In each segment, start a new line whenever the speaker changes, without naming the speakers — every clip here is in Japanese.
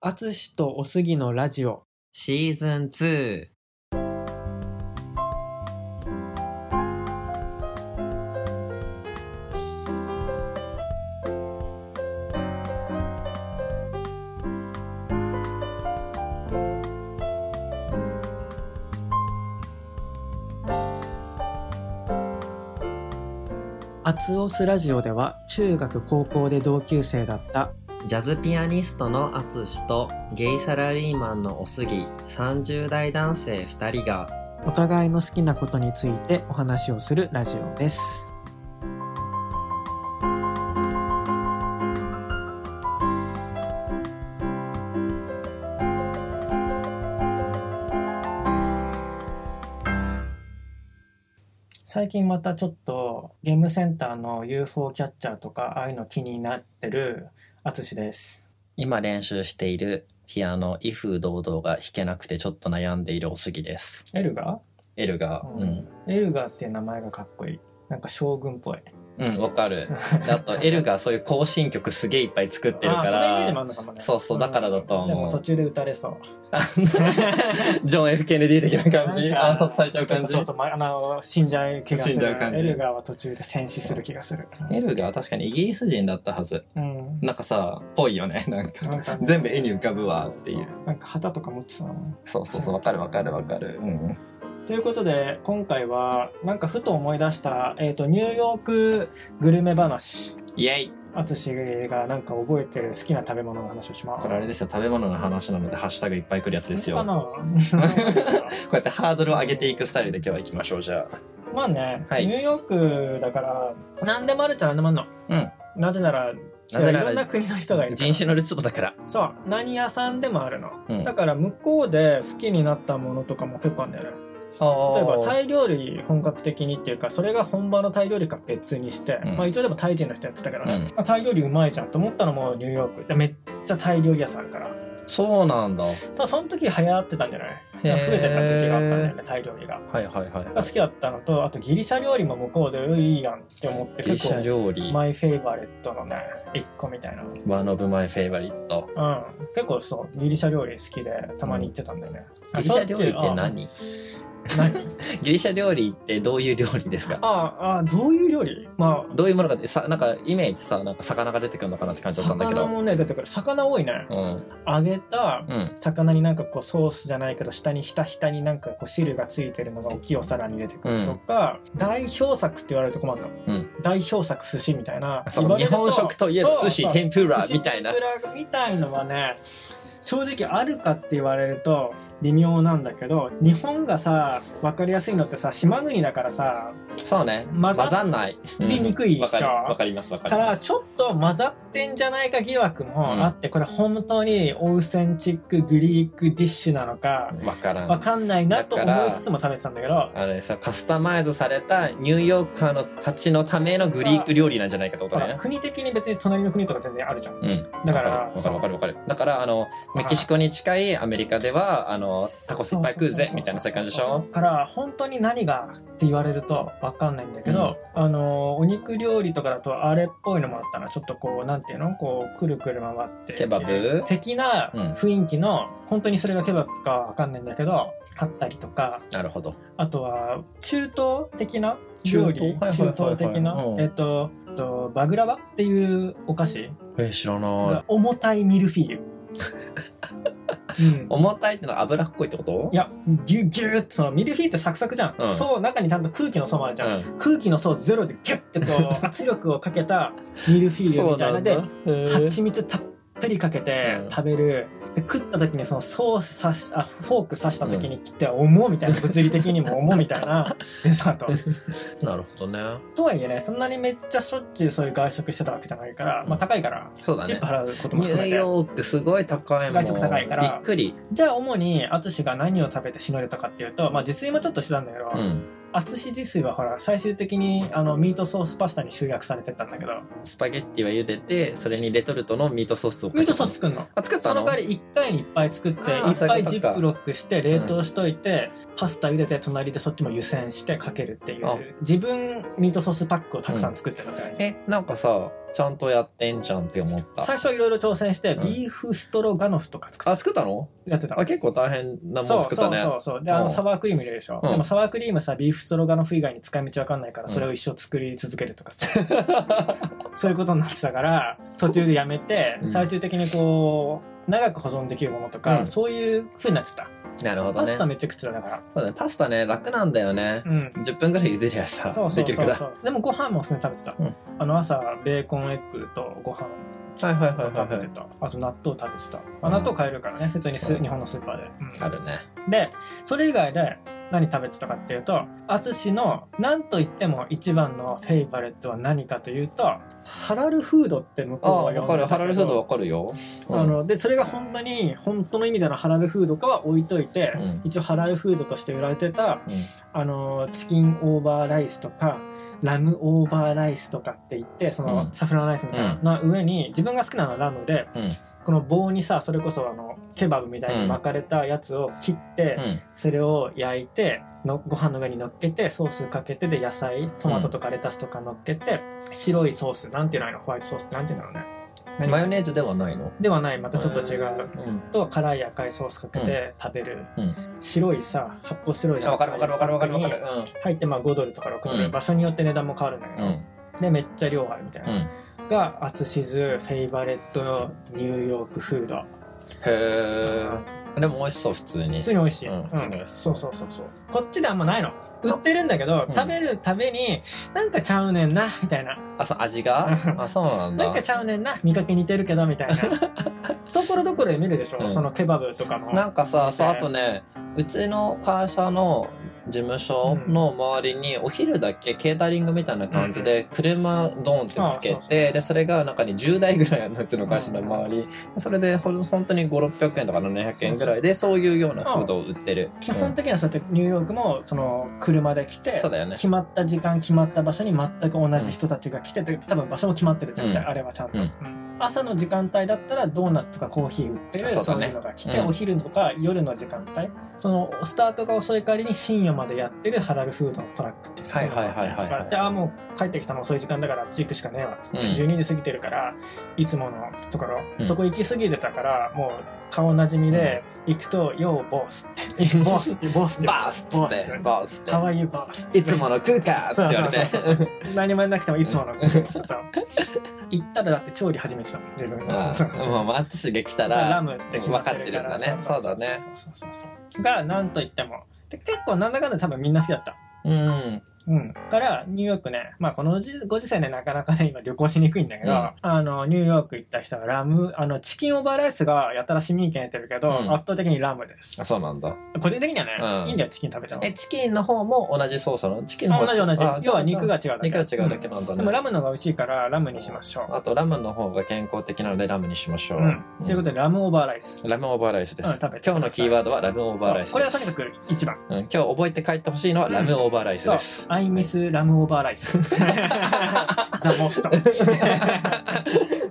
あつしとおすぎのラジオ
シーズン2。
あつおすラジオでは中学高校で同級生だった
ジャズピアニストのアツシとゲイサラリーマンのおすぎ30代男性2人が
お互いの好きなことについてお話をするラジオです最近またちょっとゲームセンターの UFO キャッチャーとかああいうの気になってるあつしです
今練習しているピアノ「威風堂々」が弾けなくてちょっと悩んでいるおすぎです。
エルガ
エルが、うん、
エルガーっていう名前がかっこいいなんか将軍っぽい
うん、わか る。であと、エルがそういう更新曲すげえいっぱい作ってるか
あーそのイメージもあ
ら、
るのかもね
そうそうだからだと思うん
でも途中で打たれそう
ジョン・ F ・ケネディ的な感じ
なんか
暗殺されちゃう感じ
そうそう、まあの死んじゃう気がする
死んじゃう感じ
エルガーは途中で戦死する気がする
エルが確かにイギリス人だったはず。
うん
なんかさ、ぽいよね。なんか、
なんかね
全部絵に浮かぶわっていう。
なんか旗とか持ってたな
そうそうそう、わかるわかるわかる。うん。
ということで今回はなんかふと思い出した、えー、とニューヨークグルメ話
イェイ
淳がなんか覚えてる好きな食べ物の話をします
これあれですよ、食べ物の話なので、ハッシュタグいっぱい来るやつですよ。
か
こ
な
うやってハードルを上げていくスタイルで今日は行きましょう、じゃあ。
まあね、
はい
ニューヨークだから何でもあるっちゃ何でもあるの
うん。
なぜなら
なぜ
いろ
なん
な
ら、
国の人がいるから
人種のルツボだから。
そう何屋さんでもあるの、
うん
だから向こうで好きになったものとかも結構あるんだよね例えばタイ料理本格的にっていうかそれが本場のタイ料理か別にして、
うん
まあ一応でもタイ人の人やってたけどね、
うん
まあ、タイ料理うまいじゃんと思ったのもニューヨークでめっちゃタイ料理屋さんあるから
そうなんだ。へ
ただその時流行ってたんじゃない増
え
えてた時期があったんだよねタイ料理が
はいはいはい
が。好きだったのとあとギリシャ料理も向こうでいいやんって思って
ギリ
結
シャ
構
料理、
マイフェイバレットのね一個みたいな
ワンオブマイフェイバリット。
うん、結構そうギリシャ料理好きでたまに行ってたんだよね、
ギリシャ料理って何
何
ギリシャ料理ってどういう料理ですか
あああどういう料理まあ
どういうものかってさなんかイメージさなんか魚が出てくるのかなって感じだったんだけ
魚
ど
もね出てくる魚多いね
うん
揚げた
うん
魚になんかこうソースじゃないけど下にひたひたになんかこう汁がついてるのが大きいお皿に出てくるとか、代表作って言われると困るの、
うん
代表作寿司みたいな
そ
言わ
の
れ
日
ると
本食といえば
そう
寿司
そう
天ぷらみたいな
寿司天ぷらみたいのはね正直あるかって言われると微妙なんだけど日本がさ分かりやすいのってさ島国だからさ
そうね
混
混
ざっ
ざんない
りにくいでしょ
うんわかるわかりますわか
だ
り
か
ま
ら
す
ちょっと混ざってんじゃないか疑惑もあって、これ本当にオーセンチックグリークディッシュなのか
わから
分
ん
かんないなと思
だから
いつつも食べてたんだけど
あれさカスタマイズされたニューヨーカーのたちのためのグリーク料理なんじゃないかってこと
ほら
ね
国的に別に隣の国とか全然あるじゃん
うん
だか
わからるわかるわかるわかるだからあのメキシコに近いアメリカではあのタコスいっぱい食うぜみたいなそういう感じでし
そうそうそう
ょ
そうだから本当に何がって言われると分かんないんだけど、あのお肉料理とかだとあれっぽいのもあったなちょっとこうなんていうのこうくるくる回って
ケバブ
的な
うん
雰囲気の、本当にそれがケバブかわかんないんだけどあったりとか
なるほど
あとは中東的な料理
中東はいはいはいはい
的な、
うん
えっとえっとバグラバっていうお菓子
えー知ら
が
ない
重たいミルフィーユ、うん
重たいってのは脂っこいってこと
いやギュッギュッてそのミルフィーユってサクサクじゃん、
うん
そう中にちゃんと空気の層もあるじゃん、
う
空気の層ゼロでギュッてこう 圧力をかけたミルフィ
ん
ーユみたいなので
へー
蜂蜜たっぷりかけて
うん
食べる、で食った時にそのソース刺しあフォーク刺した時に切って重っみたいな物理的にも重っみたい なデザート
なるほどね
とはいえねそんなにめっちゃしょっちゅうそういう外食してたわけじゃないから、まあ高いから
そうだ
チッ
ね
プ払うことも
ニュ
含め
ー
て
ヨークすごい高いもん
外食高いから
びっくり
じゃあ主に淳が何を食べてしのいでたかっていうとまあ自炊もちょっとしてたんだけど、
うん
淳自炊はほら最終的にあのミートソースパスタに集約されてったんだけど
スパゲッティは茹でてそれにレトルトのミートソースをかけ
ミ
た
ートソース作るの
あ作っ
そ
たの
の代わり1回にいっぱい作って
あー
いっぱいジ
そういうこと
ッ
か
プロックして冷凍しといて、パスタ茹でて隣でそっちも湯煎してかけるってい
あ
う自分ミートソースパックをたくさん作ってるって感じ、
えなんかさちゃんとやってんじゃんって思った。
最初いろいろ挑戦して、
うん
ビーフストロガノフとか作
あ、
って
作ったの
やってたの
あ、結構大変なも
そ
ん
う
作ったね。
そうそうそうであ
うん
のサワークリーム入れるでしょ、
うん
でもサワークリームさビーフストロガノフ以外に使い道わかんないから
うん
それを一生作り続けるとかさ、 そういうことになってたから途中でやめて
うん
最終的にこう長く保存できるものとか、
うん
そういう風になってた
なるほど
パ
ね。
スタめっちゃ口だだから
そうだね。パスタね、楽なんだよね。
うん
10分ぐらい茹でりゃさ、
そうそ
で
う
きる
そ
か
う
ら。
そうでもご飯も普通に食べてた、
うん
あの朝ベーコンエッグとご飯を
はいはいはいはい
食べ
は
て
い。
た、あと納豆食べてた、まあ、納豆買えるからね普通にス
そう
日本のスーパーで、うん
あるね。
でそれ以外で何食べてたかっていうと淳の何と言っても一番のフェイバレットは何かというとハラルフードって向
ああ、
こうは呼
わ
ん
か
でたけど
る。ハラルフードわかるよ。うん
あのでそれが本当に本当の意味でのハラルフードかは置いといて、
うん
一応ハラルフードとして売られてた
うん
あのチキンオーバーライスとかラムオーバーライスとかって言ってその、
うん
サフランライスみたいなのの上に自分が好きなのはラムで
うん。
この棒にさそれこそあのケバブみたいに巻かれたやつを切って、
うん。
それを焼いてのご飯の上に乗っけてソースかけてで野菜トマトとかレタスとか乗っけて、白いソースなんていうのあのホワイトソースってなんていうんだろうね何
マヨネーズではないの
ではないまたちょっと違う
うん。
と辛い赤いソースかけて食べる、
うん
白いさ発泡スチロール
あわかるわかるわかるわかるわかる。
入ってまあ5ドルとか6ドル、
うん
場所によって値段も変わるんだけ
う
ど、
ん。うん。
でめっちゃ量あるみたいな、
うん。
がアツシズフェイバレットニューヨークフード、
へえ。でも美味しそう、普通に
普。通に美味しい、
うん普通に美味しそ
そううそうそうそうこっちであんまないの売ってるんだけど、
うん
食べるたびになんかちゃうねんなみたいな
あ、そう、味があ、そうなんだ。
なんかちゃうねんな見かけ似てるけどみた いなところどころで見るでしょ、
うん
そのケバブとかも
なんかさ、そう、
ね
あとね、うちの会社の事務所の周りに、お昼だけケータリングみたいな感じで、車ドーンってつけ
あそう
て、で、それが中に10台ぐらいあるの、うちの会社の周り。それで、ほん本当に5、600円とか700円ぐらいで、そういうようなフードを売ってる。
基本的にはそうやってニューヨークもその車で来
うん
て
そうだよね。
決まった時間決まった場所に全く同じ人たちが来てて多分場所も決まってる絶対、
うん
あれはちゃんと、
うん
うん朝の時間帯だったらドーナツとかコーヒー売ってる
そ
そうう,、
だね
いうのが来て、
うん
お昼とか夜の時間帯そのスタートが遅い代わりに深夜までやってるハラルフードのトラックっていうのが
はいはいはいはいはい
とかあってああもう帰ってきたの遅い時間だからあっち行くしかねえわっつって、
うん
12時過ぎてるからいつものところ、
うん
そこ行き過ぎてたからもう顔なじみで行くと「ようボス」って「ボス」って「ボス」って「
バースっつ
ボ
っ
ス」
て、バースっ
ハワイユバース
て。いつもの食うかって
そう
言
そ
わ
う
れて。
そうそう何もやんなくてもいつものそうそう行ったらだって調理始めてたもん自分
あ
がそう
ーまあ、マッチが来た
ラ
ら、
ムって決まってるから
分かってるんだねそうだね
そうそうそうそうがなんといってもで結構なんだかんだ多分みんな好きだった
うん。
うん、からニューヨークね、まあ、このじご時世ねなかなかね今旅行しにくいんだけど、
うん
あのニューヨーク行った人はラムあのチキンオーバーライスがやたら市民権得てるけど、
うん
圧倒的にラムです
あそうなんだ。
個人的にはね、
うん
いいんだよチキン食べても
え、チキンの方も同じソースなのチキンの
あ
方
同じ同じ
あ
要は肉が違うだけ
肉が違うだけなんだ
でも
ね。
ラムの方が美味しいからラムにしましょう
あとラムの方が健康的なのでラムにしましょう。
うん、ということでラムオーバーライス。
ラムオーバーライスで
うん
す。
食べて
今日のキーワードはラムオーバーライス
そうこれ
で
はとにか
す。
く一番。
うん今日覚えて帰ってほしいのはラムオーバーライス
そう
です。。
I miss ラムオーバーライ ス。ザ・モスト。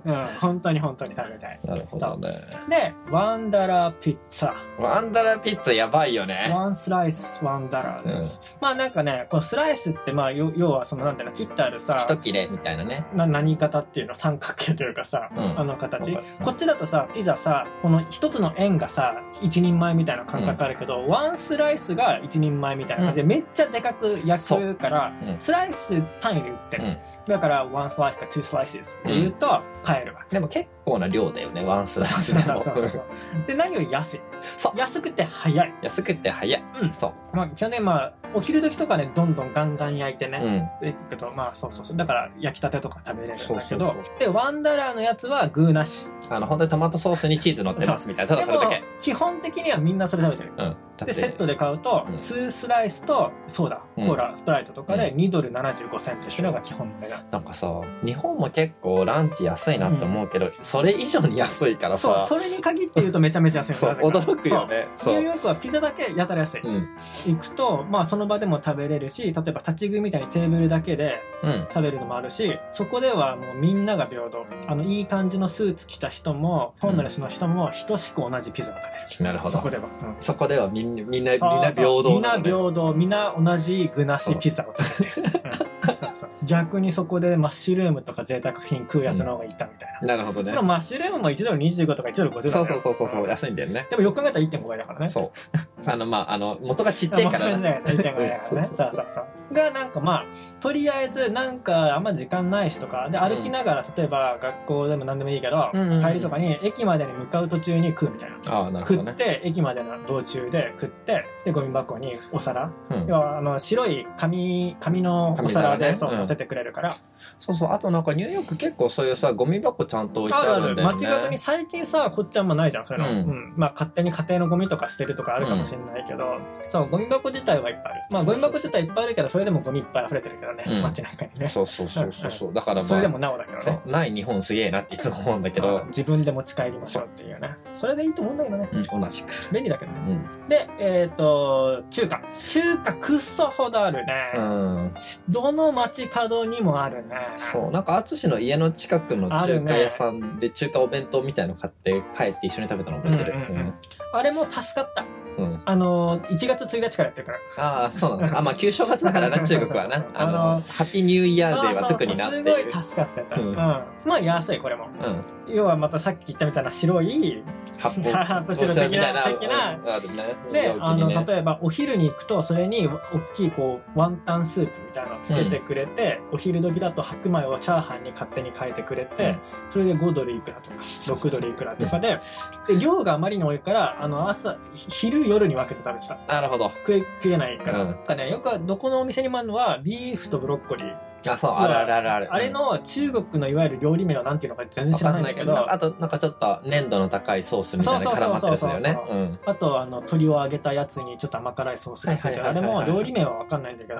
うん、本当に本当に食べたい。
なるほどね。
で、ワンダラーピッツァ。
ワンダラピッツァやばいよね。
ワンスライスワンダラーです。まあなんかね、こうスライスって、まあよ要はそのなんだろう、切ってあるさ、
一切れみたいなね。
な何型っていうの三角形というかさ、
うん
あの形
わかる
こっちだとさピザさこの一つの円がさ一人前みたいな感覚あるけど、ワンスライスが一人前みたいな感じで、めっちゃでかく焼
そう
くから、
うん
スライス単位で売ってる、
うん
だからワンスライスかツースライスですって言うと買えるわけ、
でも結構な量だよね、ワンスライ
そ
ス
う
で
そう
も。
そうそうそうで何より安い
そう
安くて早い、
安くて早い。
うん
そう。
まあ、基本的にまあお昼時とかねどんどんガンガン焼いてね、
うん。
で行くけどまあそうそうそうだから焼きたてとか食べれるんだけど
そうそう
でワンダラーのやつは具なし
あの、本当にトマトソースにチーズ乗ってますみたいな。ただ
で
それ
も
だけ。
基本的にはみんなそれ食べてる
うん。だって
でセットで買うと、
うん
2スライスとそうだ
うん
コーラ、スプライトとかで
う
2ドル75セントっていうのが基本だな、
なんかさ日本も結構ランチ安いなって思うけど、それ以上に安いから
そう
さ
それに限って言うとめちゃめちゃ安いの
そう
なぜか
驚くよね
そう
そう
ニューヨークはピザだけやたら安い、
うん
行くとまあその場でも食べれるし例えば立ち食いみたいにテーブルだけで
うん
食べるのもあるしそこではもうみんなが平等あのいい感じのスーツ着た人もホームレスの人も等しく同じピザを食べる、
なるほど
そ
そ
こ
こ
では、うん
ではみんなみんなみん
そう
な平
そう
等
みんな
なのね
平等みんな同じ具なしピザを食べてるうんそうさ逆にそこでマッシュルームとか贅沢品食うやつの方がいたみたいな、
なるほどね
そのマッシュルームも1ドル25とか1ドル50
そ
だ
うそうそうそうそう
で
安いんだよね
もよく考えたら1.5倍だからね
そうあのまああの元がちっちゃいか
まあ
ら
そ
な
れ自体が1.5だからね
そう
そ
そうう
そ
そう
そうがなんかまあとりあえずなんかあんま時間ないしとかで歩きながら、例えば学校でも何でもいいけど、
うんうんうん
帰りとかに駅までに向かう途中に食うみたいな
ああなるほ
食
ど
っ
ね、
て駅までの道中で食ってでゴミ箱にお皿
うん
要、はあの白い紙紙のお皿で
紙皿ね
そう
うん
乗せてくれるから、
そうそうあとなんかニューヨーク結構そういうさゴミ箱ちゃんと置いて
ある
あ
あ
るん
る
だよね
街角に最近さこっちあんまないじゃんそういうの、
うん
うんまあ勝手に家庭のゴミとか捨てるとかあるかもしれないけど、そうゴミ箱自体はいっぱいあるまあゴミ箱自体いっぱいあるけどそれでもゴミいっぱい溢れてるけどね、
うん
街中にね
そうそうそうそうそうだからまあ
それでもなおだけど
そう
ね
ない日本すげえなっていつも思うんだけど、
自分で持ち帰りましょうっていうねそれでいいと思うんだけどね
うん、同じく、
便利だけど
う
ね
ん
でえっ、と中華中華くっそほどあるね、
うん、
どの街角にもあるね。
そうなんか淳の家の近くの中華屋さんで中華お弁当みたいの買って帰って一緒に食べたの覚えてる、
うんうんあれも助かった。
うんうん
あのー、1月1日からやってるから。
ああそうなのあまあ旧正月だからな中国は
そう
な
そうそう
あ
あの
のハッピーニューイヤーデーは特になって
そう
る
そうそうすごい助かってた。う。
うんん
まあ安い、これも。
うん
要はまたさっき言ったみたいな白い。
発
発泡
泡
スチロール的な的な
うんあるね
で、あの、
ね
例えばお昼に行くと、それに大きいこう、ワンタンスープみたいなのつけてくれて、お昼時だと白米をチャーハンに勝手に変えてくれて、
うん
それで5ドルいくらとか、6ドルいくらとかで、で量があまりに多いから、あの、朝、昼、夜に分けて食べてた。
なるほど
食えきれないから、
うん
なんかねよくどこのお店にもあるのはビーフとブロッコリー、
あそうあるあるあるある
あれの中国のいわゆる料理名はなんていうのか全然
わ
知ら
か
ない
ん
ん
な
だけ
いけど
ど
なんかあとなんかちょっと粘度の高いソースみたいなの絡まってるやつ
そ
だよ
う
ね
そうそうそう
う
そ
ん
あとあの鶏を揚げたやつにちょっと甘辛いソースがついてる
は
あ
い
れ
はいはいはい
も料理名はわかんないんだけど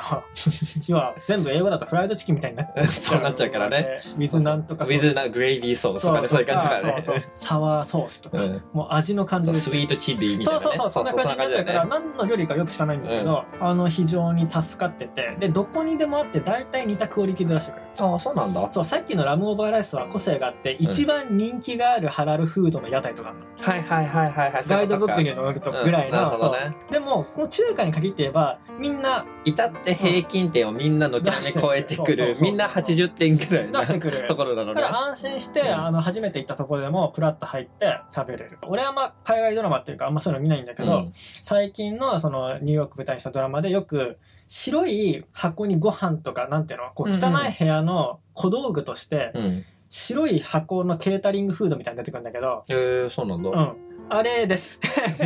要は全部英語だとフライドチキンみたいになっ
そうなっちゃうからね。
水なんとか
ウィズなグレイビーソースとかねそういう感じだからね
そうそうそうサワーソースとか、
うん
もう味の感じ
そう
で
スイートチリみたい
そ
な
う
ね
そうそう、そんな感じになっちゃうから、
ね
何の料理かよく知らないんだけど、あの、非常に助かってて、で、どこにでもあって、大体似たクオリティで出してくれる。
ああそうなんだ
そう、さっきのラムオーバーライスは個性があって、
ん
一番人気があるハラルフードの屋台とかあるの、
はいはいはいはいはい
ガイドブックに載るとぐらい
うんな
の、
るほ
そ
ど
う
ね
でも、この中華に限って言えば、みんな
至って平均点をみんなの決め超えてく
うんそうそうそう
る
そう
みんな80点ぐらい
出
な
してくる。
ところなの
だか
ね
ら安心して、
うん
あの初めて行ったところでもプラッと入って食べれる俺はあんま海外ドラマっていうかあんまそういうの見ないんだけど、
うん
最近のそのニューヨーク舞台にしたドラマでよく白い箱にご飯とかなんていうのこう
うんうん
汚い部屋の小道具として
うん
白い箱のケータリングフードみたいに出てくるんだけど、
えーそうなんだ
うん、あれです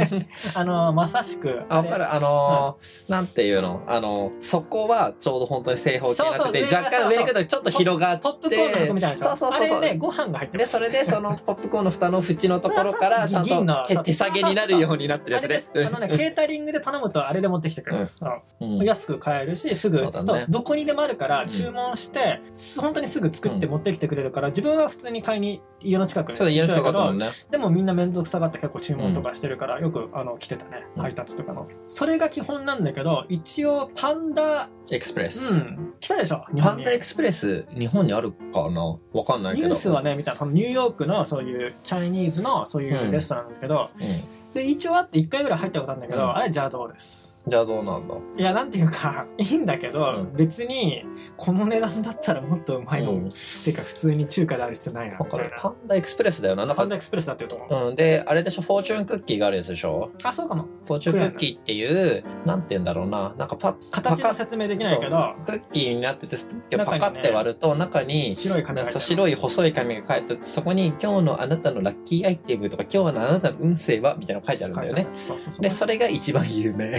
あのまさしく
あ、
あ
わ
れ
かる。あのーなんていうのあのーそこはちょうど本当に正方形になって
そうそ
て、
う
若干上に行くとちょっと広がって、
ポップコーンの箱みたいなやつ
そうそうそうそう
あれねご飯が入ってま
で、
す
それでそのポップコーンの蓋の縁のところから、ち
そ
ゃ
うんそうそう銀の
と手手下げになるようになってる
あ
や
れ
つ
で
ですす。
あのねケータリングで頼むとあれで持ってきてくれます、うん
うん
安く買えるしすぐ
そうだね
どこにでもあるから
うん
注文して、本当にすぐ作って
うん
持ってきてくれるから、自分は普通に買いに家の近くに
ちょっと家の近かったも
行っ
ん
ちゃう
ね。
けどでもみんな面倒くさがって結構注文とかしてるから、よくあの来てたね
うん
配達とかの、それが基本なんだけど一応パンダう
エクスプレス。
ん来たでしょ日
パ
本
ン
に
ダエクスプレス、日本にあるかなわかんない
ニ
けど。
ュースはね見たのニューヨークのそういうチャイニーズのそういうレストランなんだけど、
うん。
で一応あって1回ぐらい入ったことあるんだけど、
うん
あれ邪道です
じゃあどうなんだ
いやなんていうかいいんだけど、
うん
別にこの値段だったらもっとうまいの、
うん
てか普通に中華である必要ないな
わ
み
か
たい
る
な。
パンダエクスプレスだよな。なん
パ
か
ンダエクスプレスだってると思う、
うん、で、あれでしょ、フォーチュンクッキーがあるやつでしょ
あそうかも
フォーチュンクッキーっていう、なんて言うんだろうな、なんかパパ
形
カ
の説明できないけど
クッキーになってて
中にね
パカって割ると中に
白い紙
なん
が
か
入って
そう白い細い紙が書いてあってそこに「今日のあなたのラッキーアイテム」とか「今日のあなたの運勢は」みたいなの書いてあるんだよね
そうそうそう
でそれが一番有名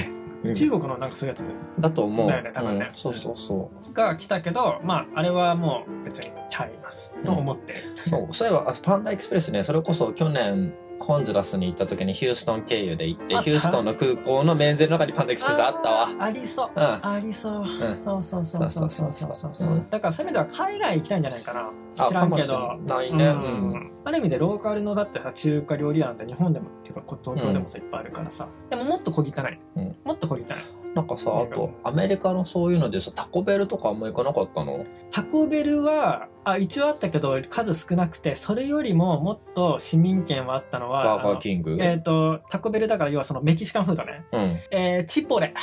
うん
中国のなんかそういうやつ
だと思う、
だよね多分ね
うんそうそうそ
が来たけどまああれはもう別にちゃいますと思ってる、
うそうそういえばあパンダエクスプレスねそれこそ去年ホンジュラスに行った時にヒューストン経由で行って
あった
ヒューストンの空港の免税の中にパンダエクスプレスあったわ
ーありそう
うん
ありそう、
ん
そうそうそうそうそうそうそう
そうそうそう
だからせめては海外行きたいんじゃないかな
あ
知らんけ
か
ど
もしれないね、
う
うん
んある意味でローカルのだってさ中華料理屋なんて日本でもっていうかこ東京でもさいっぱいあるからさ、でももっと小汚い、
うん
もっと小汚い
なんかさあとアメリカのそういうのでさタコベルとかあんま行かなかったの
タコベルはあ一応あったけど数少なくてそれよりももっと市民権はあったのは
バーガーキン
あ
グ
のえっ、とタコベルだから要はそのメキシカンフードね、
うん
えーチポレ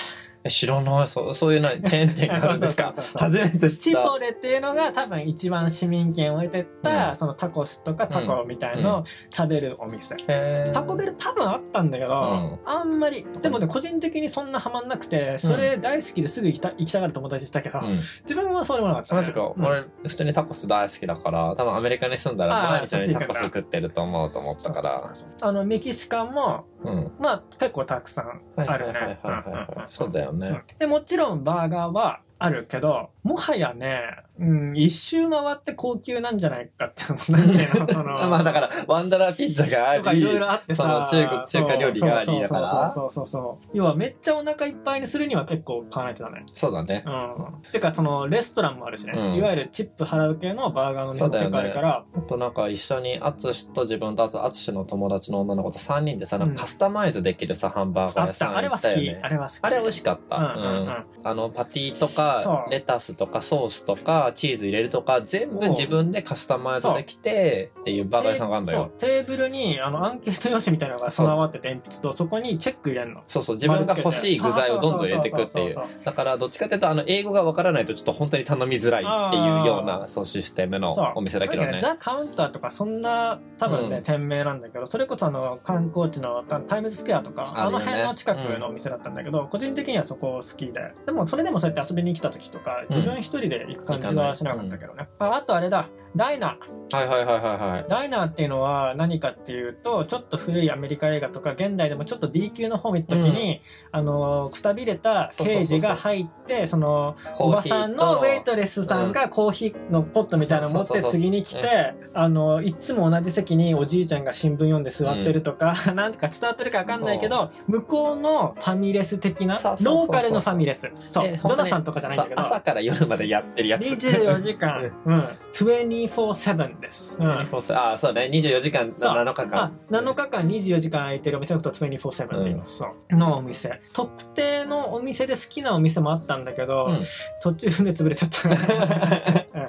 え知らないそう そ ういうのチェーン店があるんですか
そうそう そうそう
初めて知
チ
った
ポレっていうのが多分一番市民権を得てった、
うん
そのタコスとかタコみたいのを食べるお店、
へー
タコベル多分あったんだけど、
うん
あんまりでもね個人的にそんなハマんなくてそれ大好きですぐ行きた行きたがる友達いたけど、
うん
自分はそうでもなかった、ね、
マジか、
うん
俺普通にタコス大好きだから多分アメリカに住んだ
あ
ら
ー
毎日のようにタコス
そっち
食ってると思うと思ったから
あのメキシカンも
うん
まあ結構たくさん
はいは
あ
い
る
はいはい
ね
はい
うんうんうん
そうだよね、
でもちろんバーガーはあるけどもはやね、うん、一周回って高級なんじゃないかって思うなんていうのその
まあだからワンダラーピッツァがあ
とかい
り
ろいろあってさ
その中国
そう
中華料理がありだから
そうそうそうそうそう要はめっちゃお腹いっぱいにするには結構買わないとダメ
そうだね
うんてかそのレストランもあるしね、
うん
いわゆるチップ払う系のバーガーの店も結構あるから、
あとなんか一緒に淳と自分とあと淳の友達の女の子と3人でさなんかカスタマイズできるさ、ハンバーガー
あ
屋
っ
さ
た
ん
あれ
行
は
った
好
よ
き、
ね
あれは好き
あれ美味しかった、
うんうんうん
あのパティと
そ
か
う
レタスとかソースとかチーズ入れるとか全部自分でカスタマイズできてっていうバーガー屋さんがあるんだよ
でそうテーブルにあのアンケート用紙みたいなのが備わってて鉛筆とそこにチェック入れるの
そうそう自分が欲しい具材をどんどん入れていくっていう
そそ
だからどっちかっていうとあの英語がわからないとちょっと本当に頼みづらいっていうよう
あ
なそうシステムの
そう
お店だけど
なん
ね
かザ・カウンターとかそんな多分ね、
うん
店名なんだけどそれこそあの観光地のタタイムズスクエアとか
あ
あ,、
る
の
よね
辺の近くのお店だったんだけど、個人的にはそこ好きででもそれでもそうやって遊びに来た時とか自分一人で行く感じはしなかったけどね、ああとあれだダイナー
はいはいはいはいはい
ダイナーっていうのは何かっていうとちょっと古いアメリカ映画とか現代でもちょっと B 級の方見た時に、あのくたびれた刑事が入ってそのお
コー
ば
ヒーと
さんのウェイトレスさんがコーヒーのポットみたいなの持っ
そう
て
そうそう
次に来てあのいつも同じ席におじいちゃんが新聞読んで座ってるとか、 なんか伝わってるか分かんないけど向こうのファミレス的な
そうそうそうそう
ローカルのファミレスそう
え本当
ド
に
ナさんとかじゃないんだけど
さ朝から夜までやってるやつ
24時間、うん、24-7です。うん
24あそうね24時間
そう
7日
あ
間
7日間24時間空いてるお店のことを24-7って言います、そうのお店特定のお店で好きなお店もあったんだけど、
うん
途中で潰れちゃった うん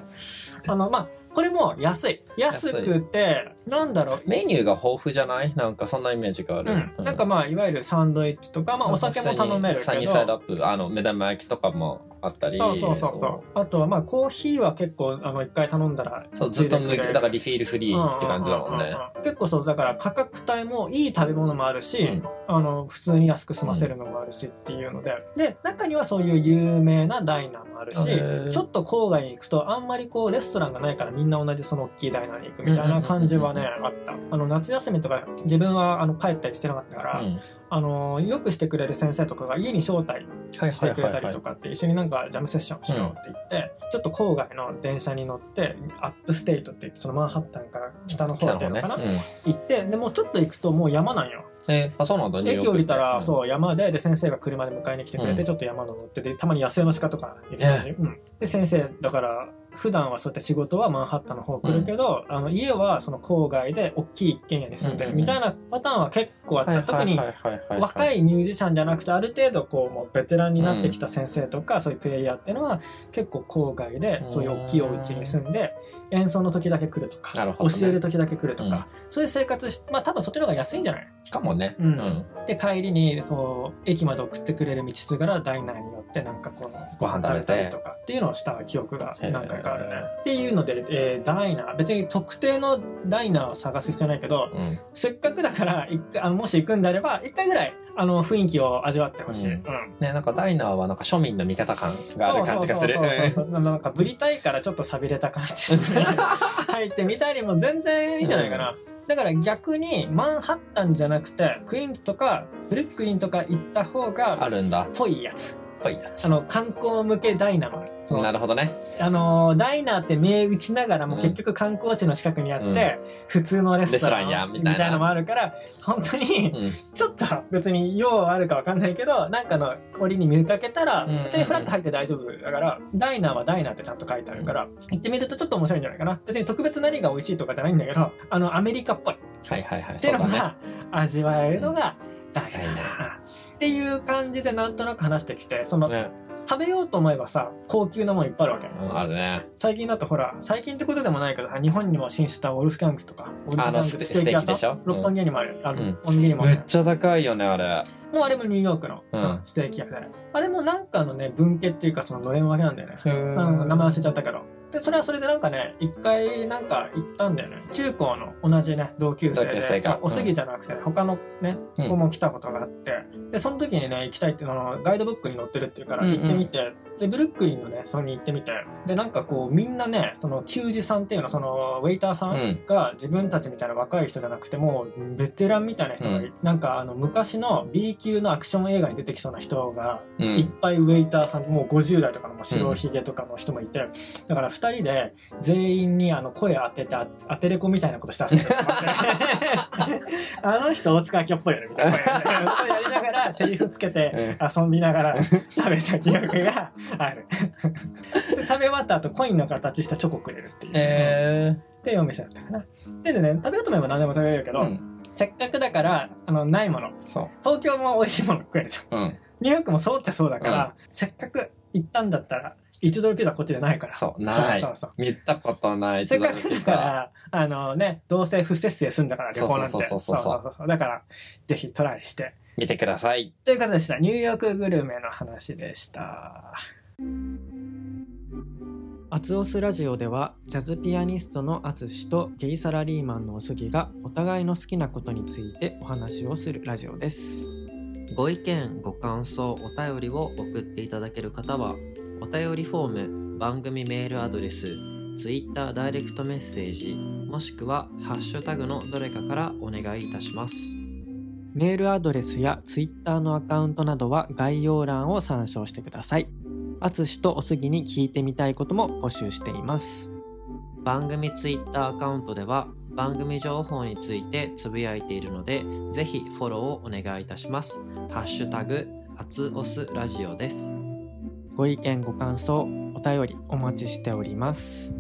あのまあこれも安い安くてなんだろう
メニューが豊富じゃないなんかそんなイメージがあ
う
る、
ん、なんかまあいわゆるサンドイッチとか、まあ、お酒も頼めるけど
サニーサイドアップあの目玉焼きとかもあったり
そうそうそうそうあとはまあコーヒーは結構あの一回頼んだら
そうずっと無
出てくれ
だ
る
からリフィールフリーって感じだもん
う
ね
うう。んうん結構そうだから価格帯もいい食べ物もあるし、
うん
あの普通に安く済ませるのもあるしっていうので、で中にはそういう有名なダイナーもあるし、
へー
ちょっと郊外に行くとあんまりこうレストランがないからみんな同じその大きいダイナーに行くみたいな感じはね、
うん
あったあの夏休みとか自分はあの帰ったりしてなかったから、
うん
あのよくしてくれる先生とかが家に招待
はい
してくれたりとかって一緒になんかジャムセッションしようって言って、ちょっと郊外の電車に乗ってアップステートって言ってそのマンハッタンから北の方
来
ってい
た
うの
のね
かな、。
うん
行ってでもうちょっと行くともう山なんよ
えあそうなんだニューヨー
駅
ク
降りたら、
うん
そう山でで先生が車で迎えに来てくれて、
うん
ちょっと山登ってでたまに野生の鹿とかいる感じ、うん、で先生だから普段はそうやって仕事はマンハッタンの方来るけど、あの家はその郊外で大きい一軒家に住んでるみたいなパターンは結構あった、
はい
特に
はいはいはいはい
若いミュージシャンじゃなくてある程度こうもうベテランになってきた先生とか、そういうプレイヤーっていうのは結構郊外で
うん
そういう大きいお家に住んで演奏の時だけ来るとか
なるほどね
教える時だけ来るとか、そういう生活しまあ多分そっちの方が安いんじゃない
かもね。
うん
うん
で帰りにこう駅まで送ってくれる道すがらダイナーに寄ってなんかこう
ご飯食べて
たりとかっていうのをした記憶が何回かあるね
へ。
っていうので、えーダイナー別に特定のダイナーを探す必要ないけど、
うん。
せっかくだから一回あのもし行くんであれば一回ぐらいあの雰囲気を味わってほしい、
うんねなんかダイナーはなんか庶民の味方感がある感じがする。
そうそうそうそうそうなんかぶりたいからちょっと寂れた感 じ入ってみたりも全然いいんじゃないかな、だから逆にマンハッタンじゃなくてクイーンズとかブルックリンとか行った方
うんあ
が
るんだ。
ぽいやつ
ぽいやつ
あ。の観光向けダイナもあるその
なるほどね。
あのダイナーって銘打ちながらも
うん
結局観光地の近くにあって、普通のレストラン
レストランやみ
み
たいな
たいなのもあるから本当に
うん。
ちょっと別に用あるかわかんないけどなんかの折に見かけたら
うん
別にフラッと入って大丈夫だからダイナーはダイナーってちゃんと書いてあるから行ってみるとちょっと面白いんじゃないかな別に特別何が美味しいとかじゃないんだけどあのアメリカっぽいっ
はいはいはい。
てい
そう
うの
だね。
が味わえるのがダイナ
ダイナ
ーっていう感じでなんとなく話してきてその
ね、
食べようと思えばさ高級なもんいっぱいあるわけ
うん、あるね。
最近だとほら最近ってことでもないけど日本にも進出したウォルフガングとかウォルフガング
あのステステーキでしょ
六本木にもあるあ
うん
の六本木にもあ
め
る
っちゃ高いよね、あれ。
もうあれもニューヨークの
うん
ステーキ屋で、あれもなんかのね文家っていうかそののれん分けなんだよね、
へー
うん名前忘れちゃったけどでそれはそれでなんかね一回なんか行ったんだよね中高の同じね同級生
同
で
級生が
そうおすぎじゃなくて、他のね
うん
子も来たことがあって、でその時にね行きたいっていうのをガイドブックに載ってるっていうから
うんうん
行ってみて、でブルックリンのねそれに行ってみてでなんかこうみんなねその給仕さんっていうのそのウェイターさん、
うん
が自分たちみたいな若い人じゃなくてもうベテランみたいな人がいる、なんかあの昔の B 級のアクション映画に出てきそうな人が
う
いっ
ん
ぱいウェイターさんもう50代とかのもう白ひげとかの人もいて、だから2人で全員にあの声当ててあ当てれこみたいなことしたんですよあの人大塚明夫っぽいよねみたいな声やりながらセリフつけ て遊びながら 食べた記憶があるで食べ終わった後コインの形したチョコくれるっていう。
え
っていうお店だったかな。ででね、食べようと思えば何でも食べれるけ
ー
ど、
うん
せっかくだから、あの、ないもの。
そ
東京も美味しいもの食えるじゃん。
ううん
ニューヨークもそうっちゃそうだから、せっかく行ったんだったら、1ドルピザこっちでないから。
そうない
そうそう
見たことない
せっかくだ
一
か
度だ
ら、あのね、どうせ不摂生すんだから、旅行なんて。
そうそうそうそうそう
そうそう。だから、ぜひトライして。
け見てください
ということでした。ニューヨークグルメの話でした。アツオスラジオでは、ジャズピアニストのアツシとゲイサラリーマンのおすぎが、お互いの好きなことについてお話をするラジオです。
ご意見、ご感想、お便りを送っていただける方は、お便りフォーム、番組メールアドレス、Twitter ダイレクトメッセージ、もしくは、ハッシュタグのどれかからお願いいたします。
メールアドレスやツイッターのアカウントなどは概要欄を参照してください。アツシとおすぎに聞いてみたいことも募集しています。
番組 Twitter アカウントでは、番組情報についてつぶやいているので、ぜひフォローをお願いいたします。ハッシュタグ、アツオスラジオです。
ご意見ご感想お便りお待ちしております